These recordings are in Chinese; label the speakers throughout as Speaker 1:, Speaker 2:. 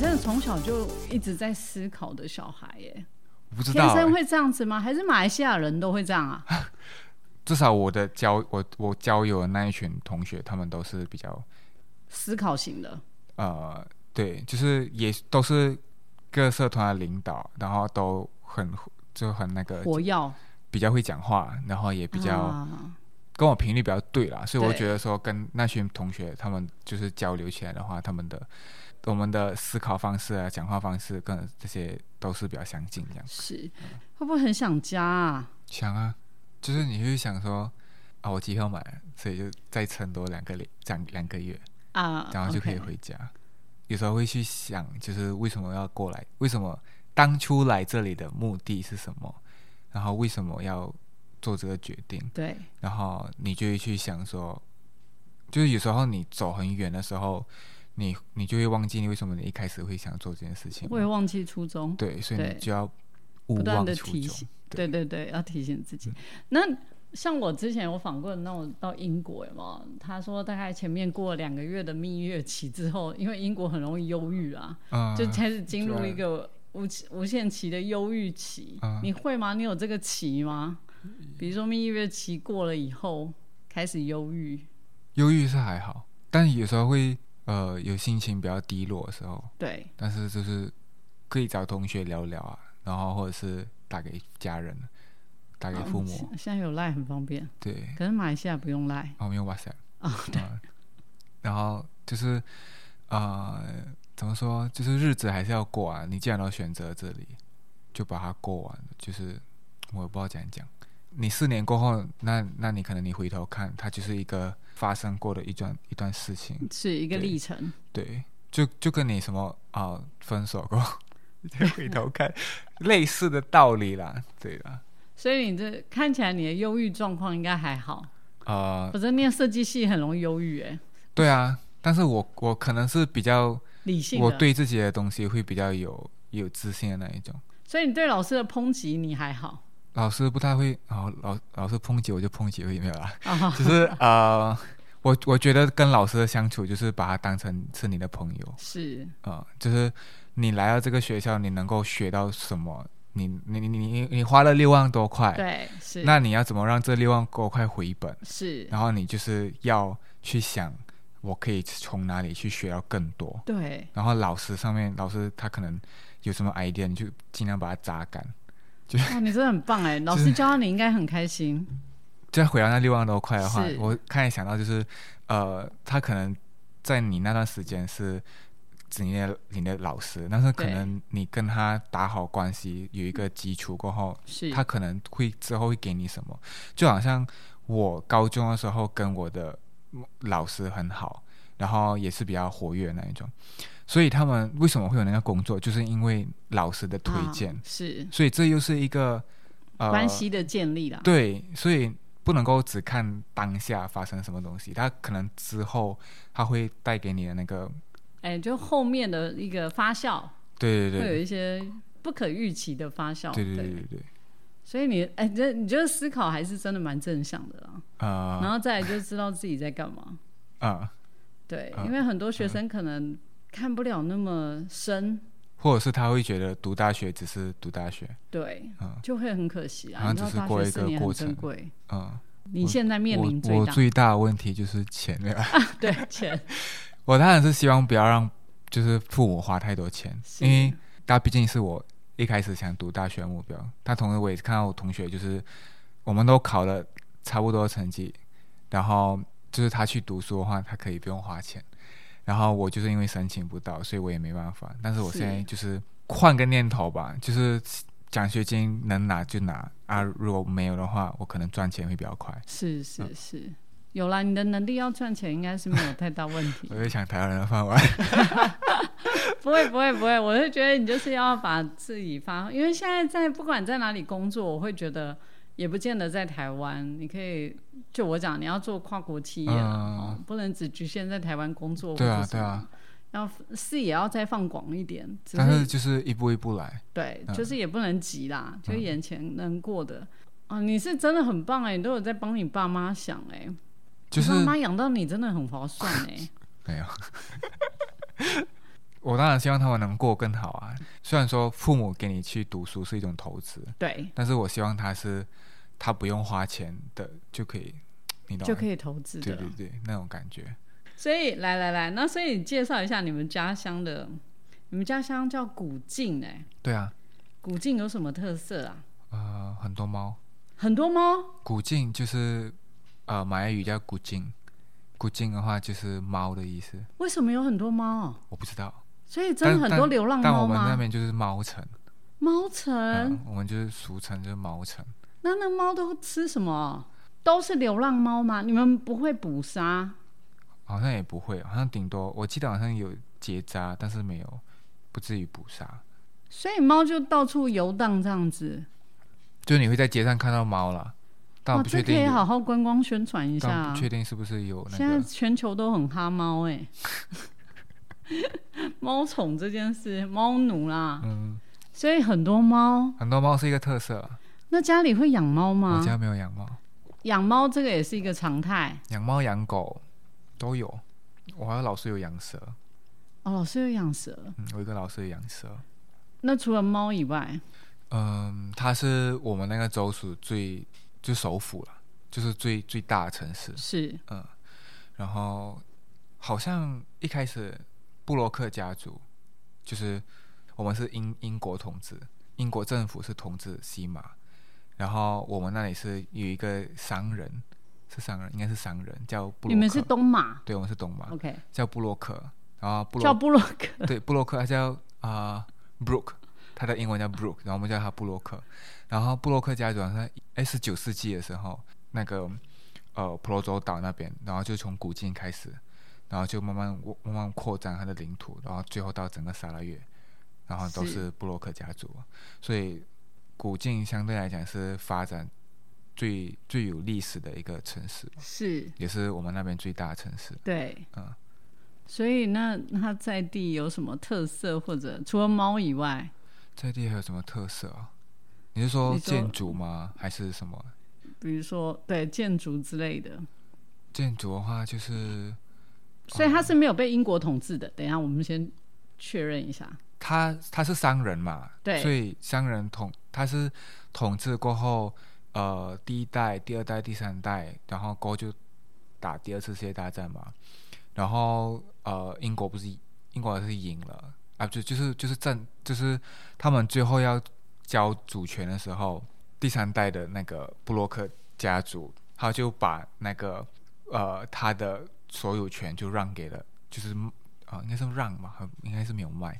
Speaker 1: 的从小就一直在思考的小孩耶，
Speaker 2: 我不知
Speaker 1: 天
Speaker 2: 道、
Speaker 1: 生
Speaker 2: 欸，
Speaker 1: 会这样子吗？还是马来西亚人都会这样啊？
Speaker 2: 至少我的交我我交友的那一群同学，他们都是比较
Speaker 1: 思考型的，
Speaker 2: 呃，对，就是也都是各社团的领导，然后都很就很那个
Speaker 1: 火药
Speaker 2: 比较会讲话，然后也比较、
Speaker 1: 啊
Speaker 2: 跟我频率比较对啦，所以我
Speaker 1: 对
Speaker 2: 觉得说跟那群同学他们就是交流起来的话，他们的我们的思考方式啊、讲话方式跟这些都是比较相近这样。
Speaker 1: 是会不会很想家啊？
Speaker 2: 想啊，就是你会想说啊，我机票买了，所以就再撑多两个礼两两个月，
Speaker 1: 啊，
Speaker 2: 然后就可以
Speaker 1: OK
Speaker 2: 回家。有时候会去想，就是为什么要过来，为什么当初来这里的目的是什么，然后为什么要做这个决定。
Speaker 1: 对，
Speaker 2: 然后你就会去想说，就是有时候你走很远的时候，你你就会忘记你为什么你一开始会想做这件事情
Speaker 1: 我也
Speaker 2: 嘛。
Speaker 1: 忘记初衷。
Speaker 2: 对，所以
Speaker 1: 对
Speaker 2: 你就要勿
Speaker 1: 不断
Speaker 2: 忘
Speaker 1: 地
Speaker 2: 初
Speaker 1: 提
Speaker 2: 衷
Speaker 1: 醒。对
Speaker 2: 对嗯
Speaker 1: 对对，要提醒自己。那像我之前有访过，那我到英国有没有？他说大概前面过了两个月的蜜月期之后，因为英国很容易忧郁啊，
Speaker 2: 嗯，
Speaker 1: 就开始进入
Speaker 2: 对
Speaker 1: 一个无期无限期的忧郁期。
Speaker 2: 嗯
Speaker 1: 你会吗？你有这个期吗？比如说蜜月期过了以后开始忧郁，
Speaker 2: 忧郁是还好，但有时候会呃有心情比较低落的时候，
Speaker 1: 对，
Speaker 2: 但是就是可以找同学聊聊啊，然后或者是打给家人，打给
Speaker 1: 嗯
Speaker 2: 父母，
Speaker 1: 现现在有赖很方便，
Speaker 2: 对，
Speaker 1: 可是马来西亚不用赖
Speaker 2: 我们用 WhatsApp。
Speaker 1: 啊、对，
Speaker 2: 嗯，然后就是呃，怎么说，就是日子还是要过啊。你既然都选择这里，就把它过完。就是我也不知道怎样讲。你四年过后，那那你可能你回头看，它就是一个发生过的一段一段事情，
Speaker 1: 是一个
Speaker 2: 对
Speaker 1: 历程。
Speaker 2: 对，就就跟你什么啊、分手过， 再回头看，类似的道理啦，对啦，
Speaker 1: 所以你这看起来你的忧郁状况应该还好，
Speaker 2: 呃，
Speaker 1: 否则念设计系很容易忧郁哎。
Speaker 2: 对啊，但是我我可能是比较
Speaker 1: 理性的，
Speaker 2: 我对自己的东西会比较有有自信的那一种。
Speaker 1: 所以你对老师的抨击你还好
Speaker 2: 老师不太会，哦，老老师抨击我就抨击而已，没有啦。
Speaker 1: 啊？
Speaker 2: 只是呃，我我觉得跟老师的相处就是把他当成是你的朋友
Speaker 1: 是
Speaker 2: 啊、呃就是你来到这个学校，你能够学到什么？你你你你你花了六万多块，
Speaker 1: 对，是
Speaker 2: 哎那你要怎么让这六万多块回本？
Speaker 1: 是
Speaker 2: 然后你就是要去想，我可以从哪里去学到更多。
Speaker 1: 对，
Speaker 2: 然后老师上面，老师他可能有什么 idea，你就尽量把它榨干。
Speaker 1: 哇，你真的很棒哎！老师教你应该很开心，
Speaker 2: 再回到那六万多块的话
Speaker 1: 是，
Speaker 2: 我刚才想到就是，呃，他可能在你那段时间是指你的你的老师，但是可
Speaker 1: 对
Speaker 2: 能你跟他打好关系，有一个基础过后，
Speaker 1: 是
Speaker 2: 他可能会之后会给你什么，就好像我高中的时候跟我的老师很好，然后也是比较活跃的那一种，所以他们为什么会有那个工作，就是因为老师的推
Speaker 1: 啊
Speaker 2: 荐，
Speaker 1: 是
Speaker 2: 所以这又是一个呃
Speaker 1: 关系的建立啦。
Speaker 2: 对，所以不能够只看当下发生什么东西，它可能之后它会带给你的那个，
Speaker 1: 哎，就后面的一个发酵
Speaker 2: 对对
Speaker 1: 会有
Speaker 2: 对，
Speaker 1: 一些不可预期的发酵，
Speaker 2: 对对对对对，
Speaker 1: 所以你哎，这你觉得思考还是真的蛮正向的啦，然
Speaker 2: 呃
Speaker 1: 后再来就知道自己在干嘛。嗯
Speaker 2: 呃，
Speaker 1: 对，
Speaker 2: 啊
Speaker 1: 因为很多学生可能看不了那么深，
Speaker 2: 或者是他会觉得读大学只是读大学，
Speaker 1: 对，
Speaker 2: 啊
Speaker 1: 就会很可惜啊。
Speaker 2: 好像
Speaker 1: 你知道
Speaker 2: 只是
Speaker 1: 大
Speaker 2: 过
Speaker 1: 学
Speaker 2: 一
Speaker 1: 四
Speaker 2: 个
Speaker 1: 年很
Speaker 2: 过
Speaker 1: 珍
Speaker 2: 程
Speaker 1: 贵，
Speaker 2: 嗯、
Speaker 1: 你现在面临
Speaker 2: 我
Speaker 1: 最
Speaker 2: 我
Speaker 1: 大
Speaker 2: 最大的问题就是钱了，
Speaker 1: 对钱
Speaker 2: 我当然是希望不要让就是父母花太多钱，
Speaker 1: 是
Speaker 2: 因为他毕竟是我一开始想读大学的目标。但同时我也看到我同学就是我们都考了差不多的成绩，然后就是他去读书的话，他可以不用花钱。然后我就是因为申请不到，所以我也没办法。但是我
Speaker 1: 是
Speaker 2: 现在就是换个念头吧，就是奖学金能拿就拿啊，如果没有的话，我可能赚钱会比较快。
Speaker 1: 是是是，有啦，你的能力要赚钱应该是没有太大问题
Speaker 2: 我。就想台湾人的饭碗，
Speaker 1: 不会不会不会，我是觉得你就是要把自己发，因为现在在不管在哪里工作，我会觉得。也不见得在台湾，你可以就我讲，你要做跨国企业啦
Speaker 2: 嗯
Speaker 1: 哦不能只局限在台湾工作。
Speaker 2: 对啊对啊，，
Speaker 1: 要视野要再放广一点，只
Speaker 2: 但是就是一步一步来。
Speaker 1: 对，
Speaker 2: 嗯
Speaker 1: 就是也不能急啦，就眼前能过的。啊，你是真的很棒哎、你都有在帮你爸妈想哎、
Speaker 2: 就是
Speaker 1: 欸 你爸妈养到你真的很划算哎、
Speaker 2: 没有，我当然希望他们能过更好啊。虽然说父母给你去读书是一种投资，
Speaker 1: 对，
Speaker 2: 但是我希望他是他不用花钱的就可以，你懂吗？
Speaker 1: 就可以投资
Speaker 2: 对
Speaker 1: 的。
Speaker 2: 对对，那种感觉。
Speaker 1: 所以来来来，那所以你介绍一下你们家乡的，你们家乡叫古晋哎、
Speaker 2: 对啊，
Speaker 1: 古晋有什么特色啊？
Speaker 2: 呃，很多猫。
Speaker 1: 很多猫
Speaker 2: 古晋就是呃马来语叫古晋，古晋的话就是猫的意思，
Speaker 1: 为什么有很多猫？
Speaker 2: 我不知道。
Speaker 1: 所以真的
Speaker 2: 但
Speaker 1: 很多流浪
Speaker 2: 但我
Speaker 1: 猫
Speaker 2: 们那
Speaker 1: 吗？
Speaker 2: 边就是猫城，
Speaker 1: 猫城，
Speaker 2: 嗯，我们就是俗称就是猫城。
Speaker 1: 那那猫都吃什么？都是流浪猫吗？你们不会捕杀？
Speaker 2: 好像也不会，好像顶多我记得好像有结扎，但是没有不至于捕杀。
Speaker 1: 所以猫就到处游荡这样子。
Speaker 2: 就你会在街上看到猫啦，但
Speaker 1: 哇，
Speaker 2: 我不
Speaker 1: 哦这
Speaker 2: 确
Speaker 1: 可
Speaker 2: 定
Speaker 1: 以
Speaker 2: 有，
Speaker 1: 好好观光宣传一下、
Speaker 2: 但我
Speaker 1: 啊
Speaker 2: 不。确定是不是有那
Speaker 1: 现在
Speaker 2: 个。
Speaker 1: 全球都很哈猫哎、 猫宠这件事，猫奴啦，
Speaker 2: 嗯，
Speaker 1: 所以很多猫。
Speaker 2: 很多猫是一个特色啦。
Speaker 1: 那家里会养猫
Speaker 2: 我
Speaker 1: 吗？
Speaker 2: 家没有养猫，
Speaker 1: 养猫这个也是一个常态。
Speaker 2: 养猫养狗都有。我还有老师有养蛇，
Speaker 1: 哦，老师有养蛇。
Speaker 2: 嗯，我有一个老师有养蛇，
Speaker 1: 那除了猫以外，
Speaker 2: 嗯，它是我们那个州属最就首府了，就是最最大的城市。
Speaker 1: 是
Speaker 2: 然后好像一开始布洛克家族就是我们是英英国统治，英国政府是统治西马，然后我们那里是有一个商人，是商人，应该是商人叫布洛克，
Speaker 1: 你们是东马
Speaker 2: 对，我们是东马，
Speaker 1: ，OK，
Speaker 2: 叫布洛克，然后布
Speaker 1: 叫
Speaker 2: 洛
Speaker 1: 布洛 克。
Speaker 2: 对布洛克他叫啊、Brook，他的英文叫 Brook，然后我们叫他布洛克，然后布洛克家族好像哎十九世纪的时候那个。呃婆罗洲岛那边，然后就从古晋开始，然后就慢慢我慢慢扩展它的领土，然后最后到整个沙拉越，然后都
Speaker 1: 是
Speaker 2: 是布洛克家族，所以古晋相对来讲是发展最最有历史的一个城市，
Speaker 1: 是，
Speaker 2: 也是我们那边最大的城市。
Speaker 1: 对，
Speaker 2: 嗯
Speaker 1: 所以那它在地有什么特色，或者除了猫以外，
Speaker 2: 这地还有什么特色啊？你是说
Speaker 1: 你说
Speaker 2: 建筑吗？还是什么？
Speaker 1: 比如说对建筑之类的，
Speaker 2: 哦建筑的话，就是
Speaker 1: 所以它是没有被英国统治的。等一下，我们先确认一下。
Speaker 2: 他他是商人嘛，
Speaker 1: 对
Speaker 2: 所以商人统他是统治过后，呃，第一代、第二代、第三代，然后过后就打第二次世界大战嘛，然后呃，英国不是英国是赢了啊，就就是就是战就是他们最后要交主权的时候，第三代的那个布洛克家族，他就把那个呃他的所有权就让给了，就是啊、应该是让嘛，还应该是没有卖，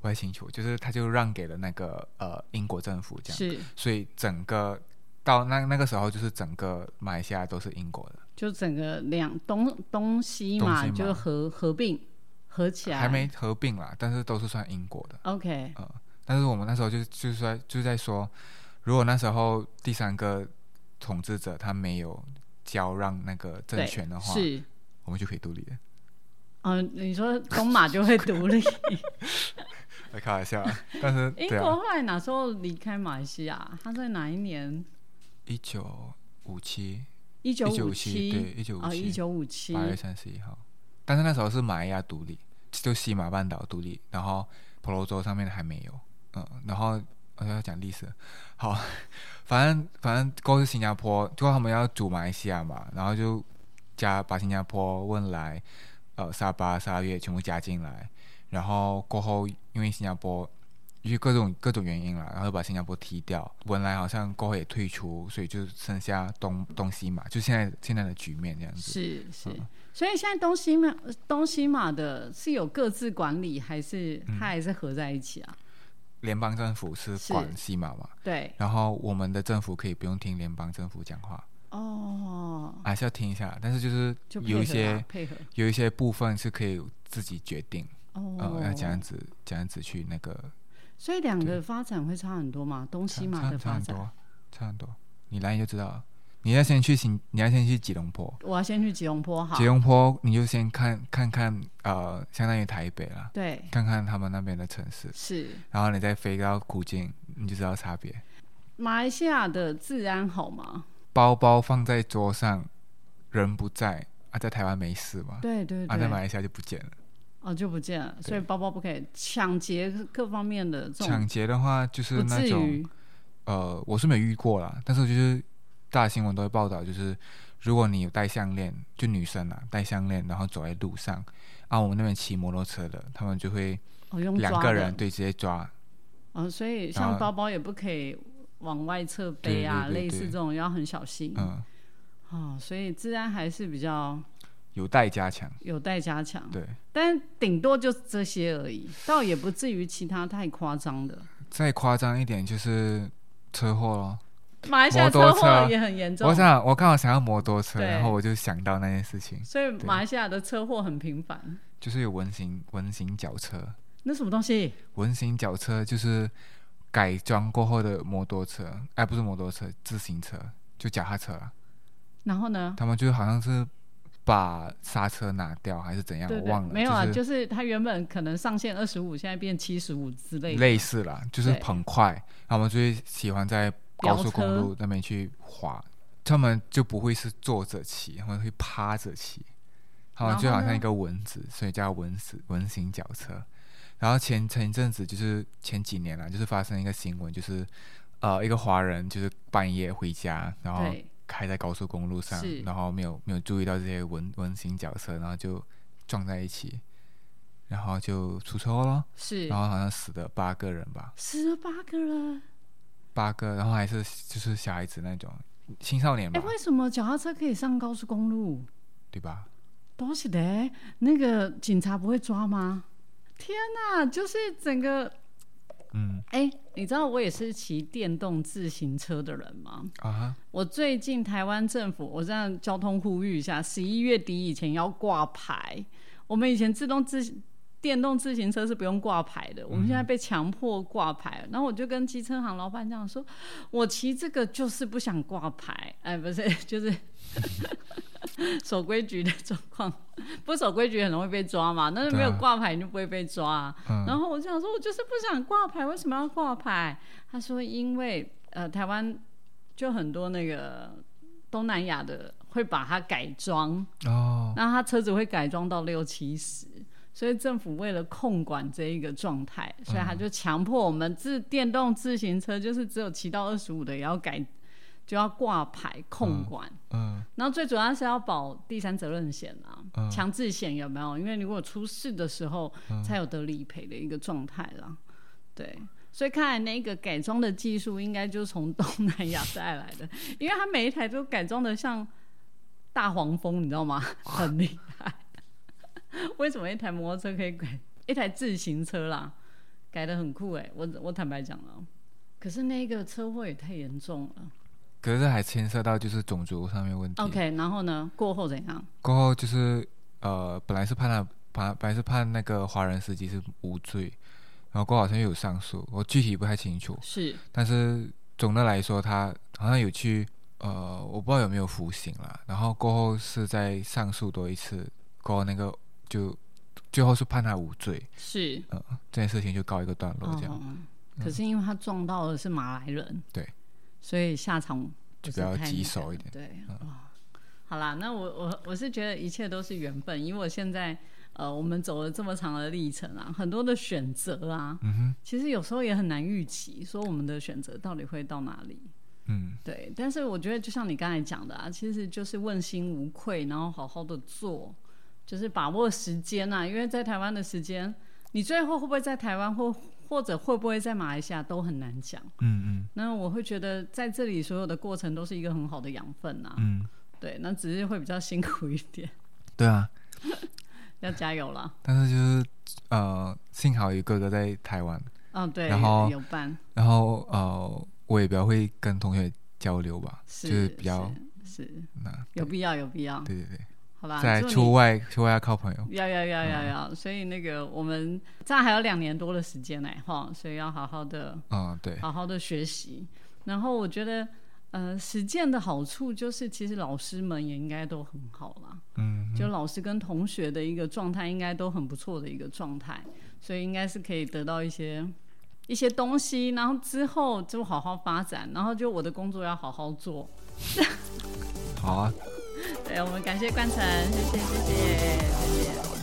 Speaker 2: 不太清楚，就是他就让给了那个呃英国政府这样，
Speaker 1: 是，
Speaker 2: 所以整个到那那个时候就是整个马来西亚都是英国的，
Speaker 1: 就整个两东东西
Speaker 2: 东
Speaker 1: 嘛，
Speaker 2: 西嘛
Speaker 1: 就合合并合起来。
Speaker 2: 还没合并啦，但是都是算英国的。
Speaker 1: OK，
Speaker 2: 但是我们那时候就就是在就在说，如果那时候第三个统治者他没有交让那个政
Speaker 1: 对
Speaker 2: 权的话，
Speaker 1: 是，
Speaker 2: 我们就可以独立了。
Speaker 1: 嗯、你说东马就会独 立。
Speaker 2: 我开玩笑啊，但是
Speaker 1: 英
Speaker 2: 对
Speaker 1: 国
Speaker 2: 啊，
Speaker 1: 后来哪时候离开马来西亚？他在哪一年？
Speaker 2: 一九五七，
Speaker 1: 一九
Speaker 2: 一九
Speaker 1: 五
Speaker 2: 五七，对，一九
Speaker 1: 啊，
Speaker 2: 五
Speaker 1: 一
Speaker 2: 七，
Speaker 1: 九五七
Speaker 2: 八月三十一号。但是那时候是马来亚独立，就西马半岛独立，然后婆罗洲上面还没有。嗯，然后我要讲历史，好， 反正反正都是新加坡，就他们要组马来西亚嘛，然后就加把新加坡、汶莱、呃沙巴、沙越全部加进来，然后过后因为新加坡。因为各种各种原因啦，然后把新加坡踢掉，文莱好像过后也退出，所以就剩下东东西马，就现在现在的局面这样子。
Speaker 1: 是是。
Speaker 2: 嗯
Speaker 1: 所以现在东西马东西马的是有各自管理，还是
Speaker 2: 嗯
Speaker 1: 它还是合在一起啊？
Speaker 2: 联邦政府是
Speaker 1: 是
Speaker 2: 管西马嘛，
Speaker 1: 对，
Speaker 2: 然后我们的政府可以不用听联邦政府讲话，
Speaker 1: 哦，
Speaker 2: 还是要听一下，但是就是
Speaker 1: 就配合
Speaker 2: 有一些
Speaker 1: 啊配合
Speaker 2: 有一些部分是可以自己决定，
Speaker 1: 哦
Speaker 2: 嗯，，要这样子这样子去那个
Speaker 1: 所以两个发展会差很多嘛？东
Speaker 2: 差
Speaker 1: 西马
Speaker 2: 差
Speaker 1: 的
Speaker 2: 差
Speaker 1: 发
Speaker 2: 很
Speaker 1: 展，
Speaker 2: 多，差很多，你来你就知道了，你要先去新，你要先去吉隆坡，
Speaker 1: 我要先去吉隆坡好
Speaker 2: 吉，隆坡你就先看看看呃，相当于台北啦，
Speaker 1: 对，
Speaker 2: 看看他们那边的城市，
Speaker 1: 是
Speaker 2: 然后你再飞到古晋，你就知道差别。
Speaker 1: 马来西亚的治安好吗？
Speaker 2: 包包放在桌上，人不在啊，在台湾没事嘛，
Speaker 1: 对对
Speaker 2: 啊，在马
Speaker 1: 对，
Speaker 2: 来西亚就不见了。
Speaker 1: 哦就不见了，所以包包不可以抢劫各方面的这种
Speaker 2: 抢劫的话，就是
Speaker 1: 不
Speaker 2: 那
Speaker 1: 至
Speaker 2: 种
Speaker 1: 于
Speaker 2: 呃，我是没遇过啦，但是就是大新闻都会报道，就是如果你有戴项链，就女生啊戴项链，然后走在路上，啊，我们那边骑摩托车的，他们就会
Speaker 1: 哦用
Speaker 2: 两
Speaker 1: 抓
Speaker 2: 个
Speaker 1: 的
Speaker 2: 人对直接抓，
Speaker 1: 哦，所以
Speaker 2: 啊
Speaker 1: 像包包也不可以往外侧背啊，
Speaker 2: 对对对
Speaker 1: 类似
Speaker 2: 对
Speaker 1: 这种要很小心
Speaker 2: 嗯，
Speaker 1: 哦，所以治安还是比较
Speaker 2: 有待加强，
Speaker 1: 有待加强，
Speaker 2: 对。
Speaker 1: 但顶多就这些而已，倒也不至于其他太夸张的。
Speaker 2: 再夸张一点就是车祸咯。
Speaker 1: 马来西亚
Speaker 2: 摩托
Speaker 1: 车
Speaker 2: 车
Speaker 1: 祸也很严重
Speaker 2: 我，想，我刚好想要摩托车，
Speaker 1: 对
Speaker 2: 然后我就想到那件事情，
Speaker 1: 所以马来西亚的车祸很频繁。
Speaker 2: 就是有文型文型脚车，
Speaker 1: 那什么东西？
Speaker 2: 文型脚车就是改装过后的摩托车，哎，不是摩托车，自行车，就脚踏车啦。
Speaker 1: 然后呢？
Speaker 2: 他们就好像是把刹车拿掉还是怎样，
Speaker 1: 对
Speaker 2: 我
Speaker 1: 对
Speaker 2: 忘，了，
Speaker 1: 没有啊，
Speaker 2: 就是
Speaker 1: 它原本可能上限二十五，现在变七十五之类的。
Speaker 2: 类似啦，就是
Speaker 1: 对
Speaker 2: 很快，他们就会喜欢在高速公路那边去滑，他们就不会是坐着骑，他们会趴着骑，他们就好
Speaker 1: 然后
Speaker 2: 像
Speaker 1: 呢
Speaker 2: 一个蚊子，所以叫蚊子蚊型脚车。然后前前一阵子就是前几年啦，就是发生一个新闻，就是呃一个华人就是半夜回家，然后
Speaker 1: 对，
Speaker 2: 开在高速公路上
Speaker 1: 是，
Speaker 2: 然后没有没有注意到这些蚊蚊型脚车，然后就撞在一起，然后就出车祸了，
Speaker 1: 是
Speaker 2: 然后好像死了八个人吧，
Speaker 1: 十八个
Speaker 2: 哦
Speaker 1: 人。
Speaker 2: 八个，然后还是就是小孩子那种青少年
Speaker 1: 哎、
Speaker 2: 吧，
Speaker 1: 为什么脚踏车可以上高速公路？
Speaker 2: 对吧？
Speaker 1: 都是的，那个警察不会抓吗？天哪，就是整个
Speaker 2: 嗯
Speaker 1: 哎、你知道我也是骑电动自行车的人吗？
Speaker 2: 啊哈，
Speaker 1: 我最近台湾政府，我这样交通呼吁一下，十一月底以前要挂牌。我们以前自动自电动自行车是不用挂牌
Speaker 2: 嗯
Speaker 1: 的，我们现在被强迫挂牌。然后我就跟机车行老板这样说，我骑这个就是不想挂牌，哎，不是， 就是守规矩的状况，不守规矩很容易被抓嘛。但是没有
Speaker 2: 对啊
Speaker 1: 挂牌你就不会被抓啊、
Speaker 2: 嗯
Speaker 1: 然后我就想说，我就是不想挂牌，为什么要挂牌？他说，因为呃，台湾就很多那个东南亚的会把它改装，
Speaker 2: 哦，
Speaker 1: 然后他车子会改装到六七十，所以政府为了控管这一个状态，所以他就强迫我们自电动自行车，就是只有骑到二十五的也要改，就要挂牌控管。
Speaker 2: 嗯
Speaker 1: 然后最主要是要保第三责任险啊，
Speaker 2: 嗯
Speaker 1: 强制险有没有？因为如果出事的时候
Speaker 2: 嗯
Speaker 1: 才有得理赔的一个状态啦。对，所以看来那个改装的技术应该就是从东南亚带来的， 因为它每一台都改装的像大黄蜂，你知道吗？很厉害。为什么一台摩托车可以改一台自行车啦？改的很酷哎、我我坦白讲了，可是那个车祸也太严重了。
Speaker 2: 可是还牵涉到就是种族上面问题。
Speaker 1: OK，然后呢？过后怎样？
Speaker 2: 过后就是呃，本来是判了，判本来是判那个华人司机是无罪，然后过后好像又有上诉，我具体不太清楚。
Speaker 1: 是
Speaker 2: 但是总的来说，他好像有去呃，我不知道有没有服刑啦。然后过后是在上诉多一次，过后那个就最后是判他无罪，
Speaker 1: 是，
Speaker 2: 嗯、这件事情就告一个段落，
Speaker 1: 哦，
Speaker 2: 这样、嗯
Speaker 1: 可是因为他撞到的是马来人，
Speaker 2: 对，
Speaker 1: 所以下场不
Speaker 2: 就比
Speaker 1: 是
Speaker 2: 较
Speaker 1: 太
Speaker 2: 棘
Speaker 1: 那
Speaker 2: 手
Speaker 1: 个
Speaker 2: 一点。嗯
Speaker 1: 对，哦好啦，那我我我是觉得一切都是缘分，因为我现在呃，我们走了这么长的历程啊，很多的选择啊，
Speaker 2: 嗯哼，
Speaker 1: 其实有时候也很难预期，说我们的选择到底会到哪里。
Speaker 2: 嗯
Speaker 1: 对，但是我觉得就像你刚才讲的啊，其实就是问心无愧，然后好好的做，就是把握时间啊。因为在台湾的时间，你最后会不会在台湾或或者会不会在马来西亚都很难讲。
Speaker 2: 嗯
Speaker 1: 那我会觉得在这里所有的过程都是一个很好的养分啊
Speaker 2: 嗯。嗯，
Speaker 1: 对，那只是会比较辛苦一点，
Speaker 2: 对啊。
Speaker 1: 要加油啦。
Speaker 2: 但是就是呃，幸好有哥哥在台湾，
Speaker 1: 嗯，对，
Speaker 2: 然后
Speaker 1: 有伴
Speaker 2: 然后呃，我也比较会跟同学交流吧，
Speaker 1: 是
Speaker 2: 就是比较
Speaker 1: 是是
Speaker 2: 那、
Speaker 1: 有必要有必要，
Speaker 2: 对对对，
Speaker 1: 好吧？
Speaker 2: 在
Speaker 1: 祝哦你
Speaker 2: 出外出外要靠朋友。
Speaker 1: 要要要要
Speaker 2: 嗯
Speaker 1: 要，所以那个我们这样还有两年多的时间呢，哈，所以要好好的
Speaker 2: 嗯，对，
Speaker 1: 好好的学习。然后我觉得，呃，实践的好处就是，其实老师们也应该都很好啦，
Speaker 2: 嗯
Speaker 1: 就老师跟同学的一个状态应该都很不错的一个状态，所以应该是可以得到一些一些东西，然后之后就好好发展，然后就我的工作要好好做。
Speaker 2: 好啊。
Speaker 1: 对，我们感谢冠城，谢谢谢谢谢谢。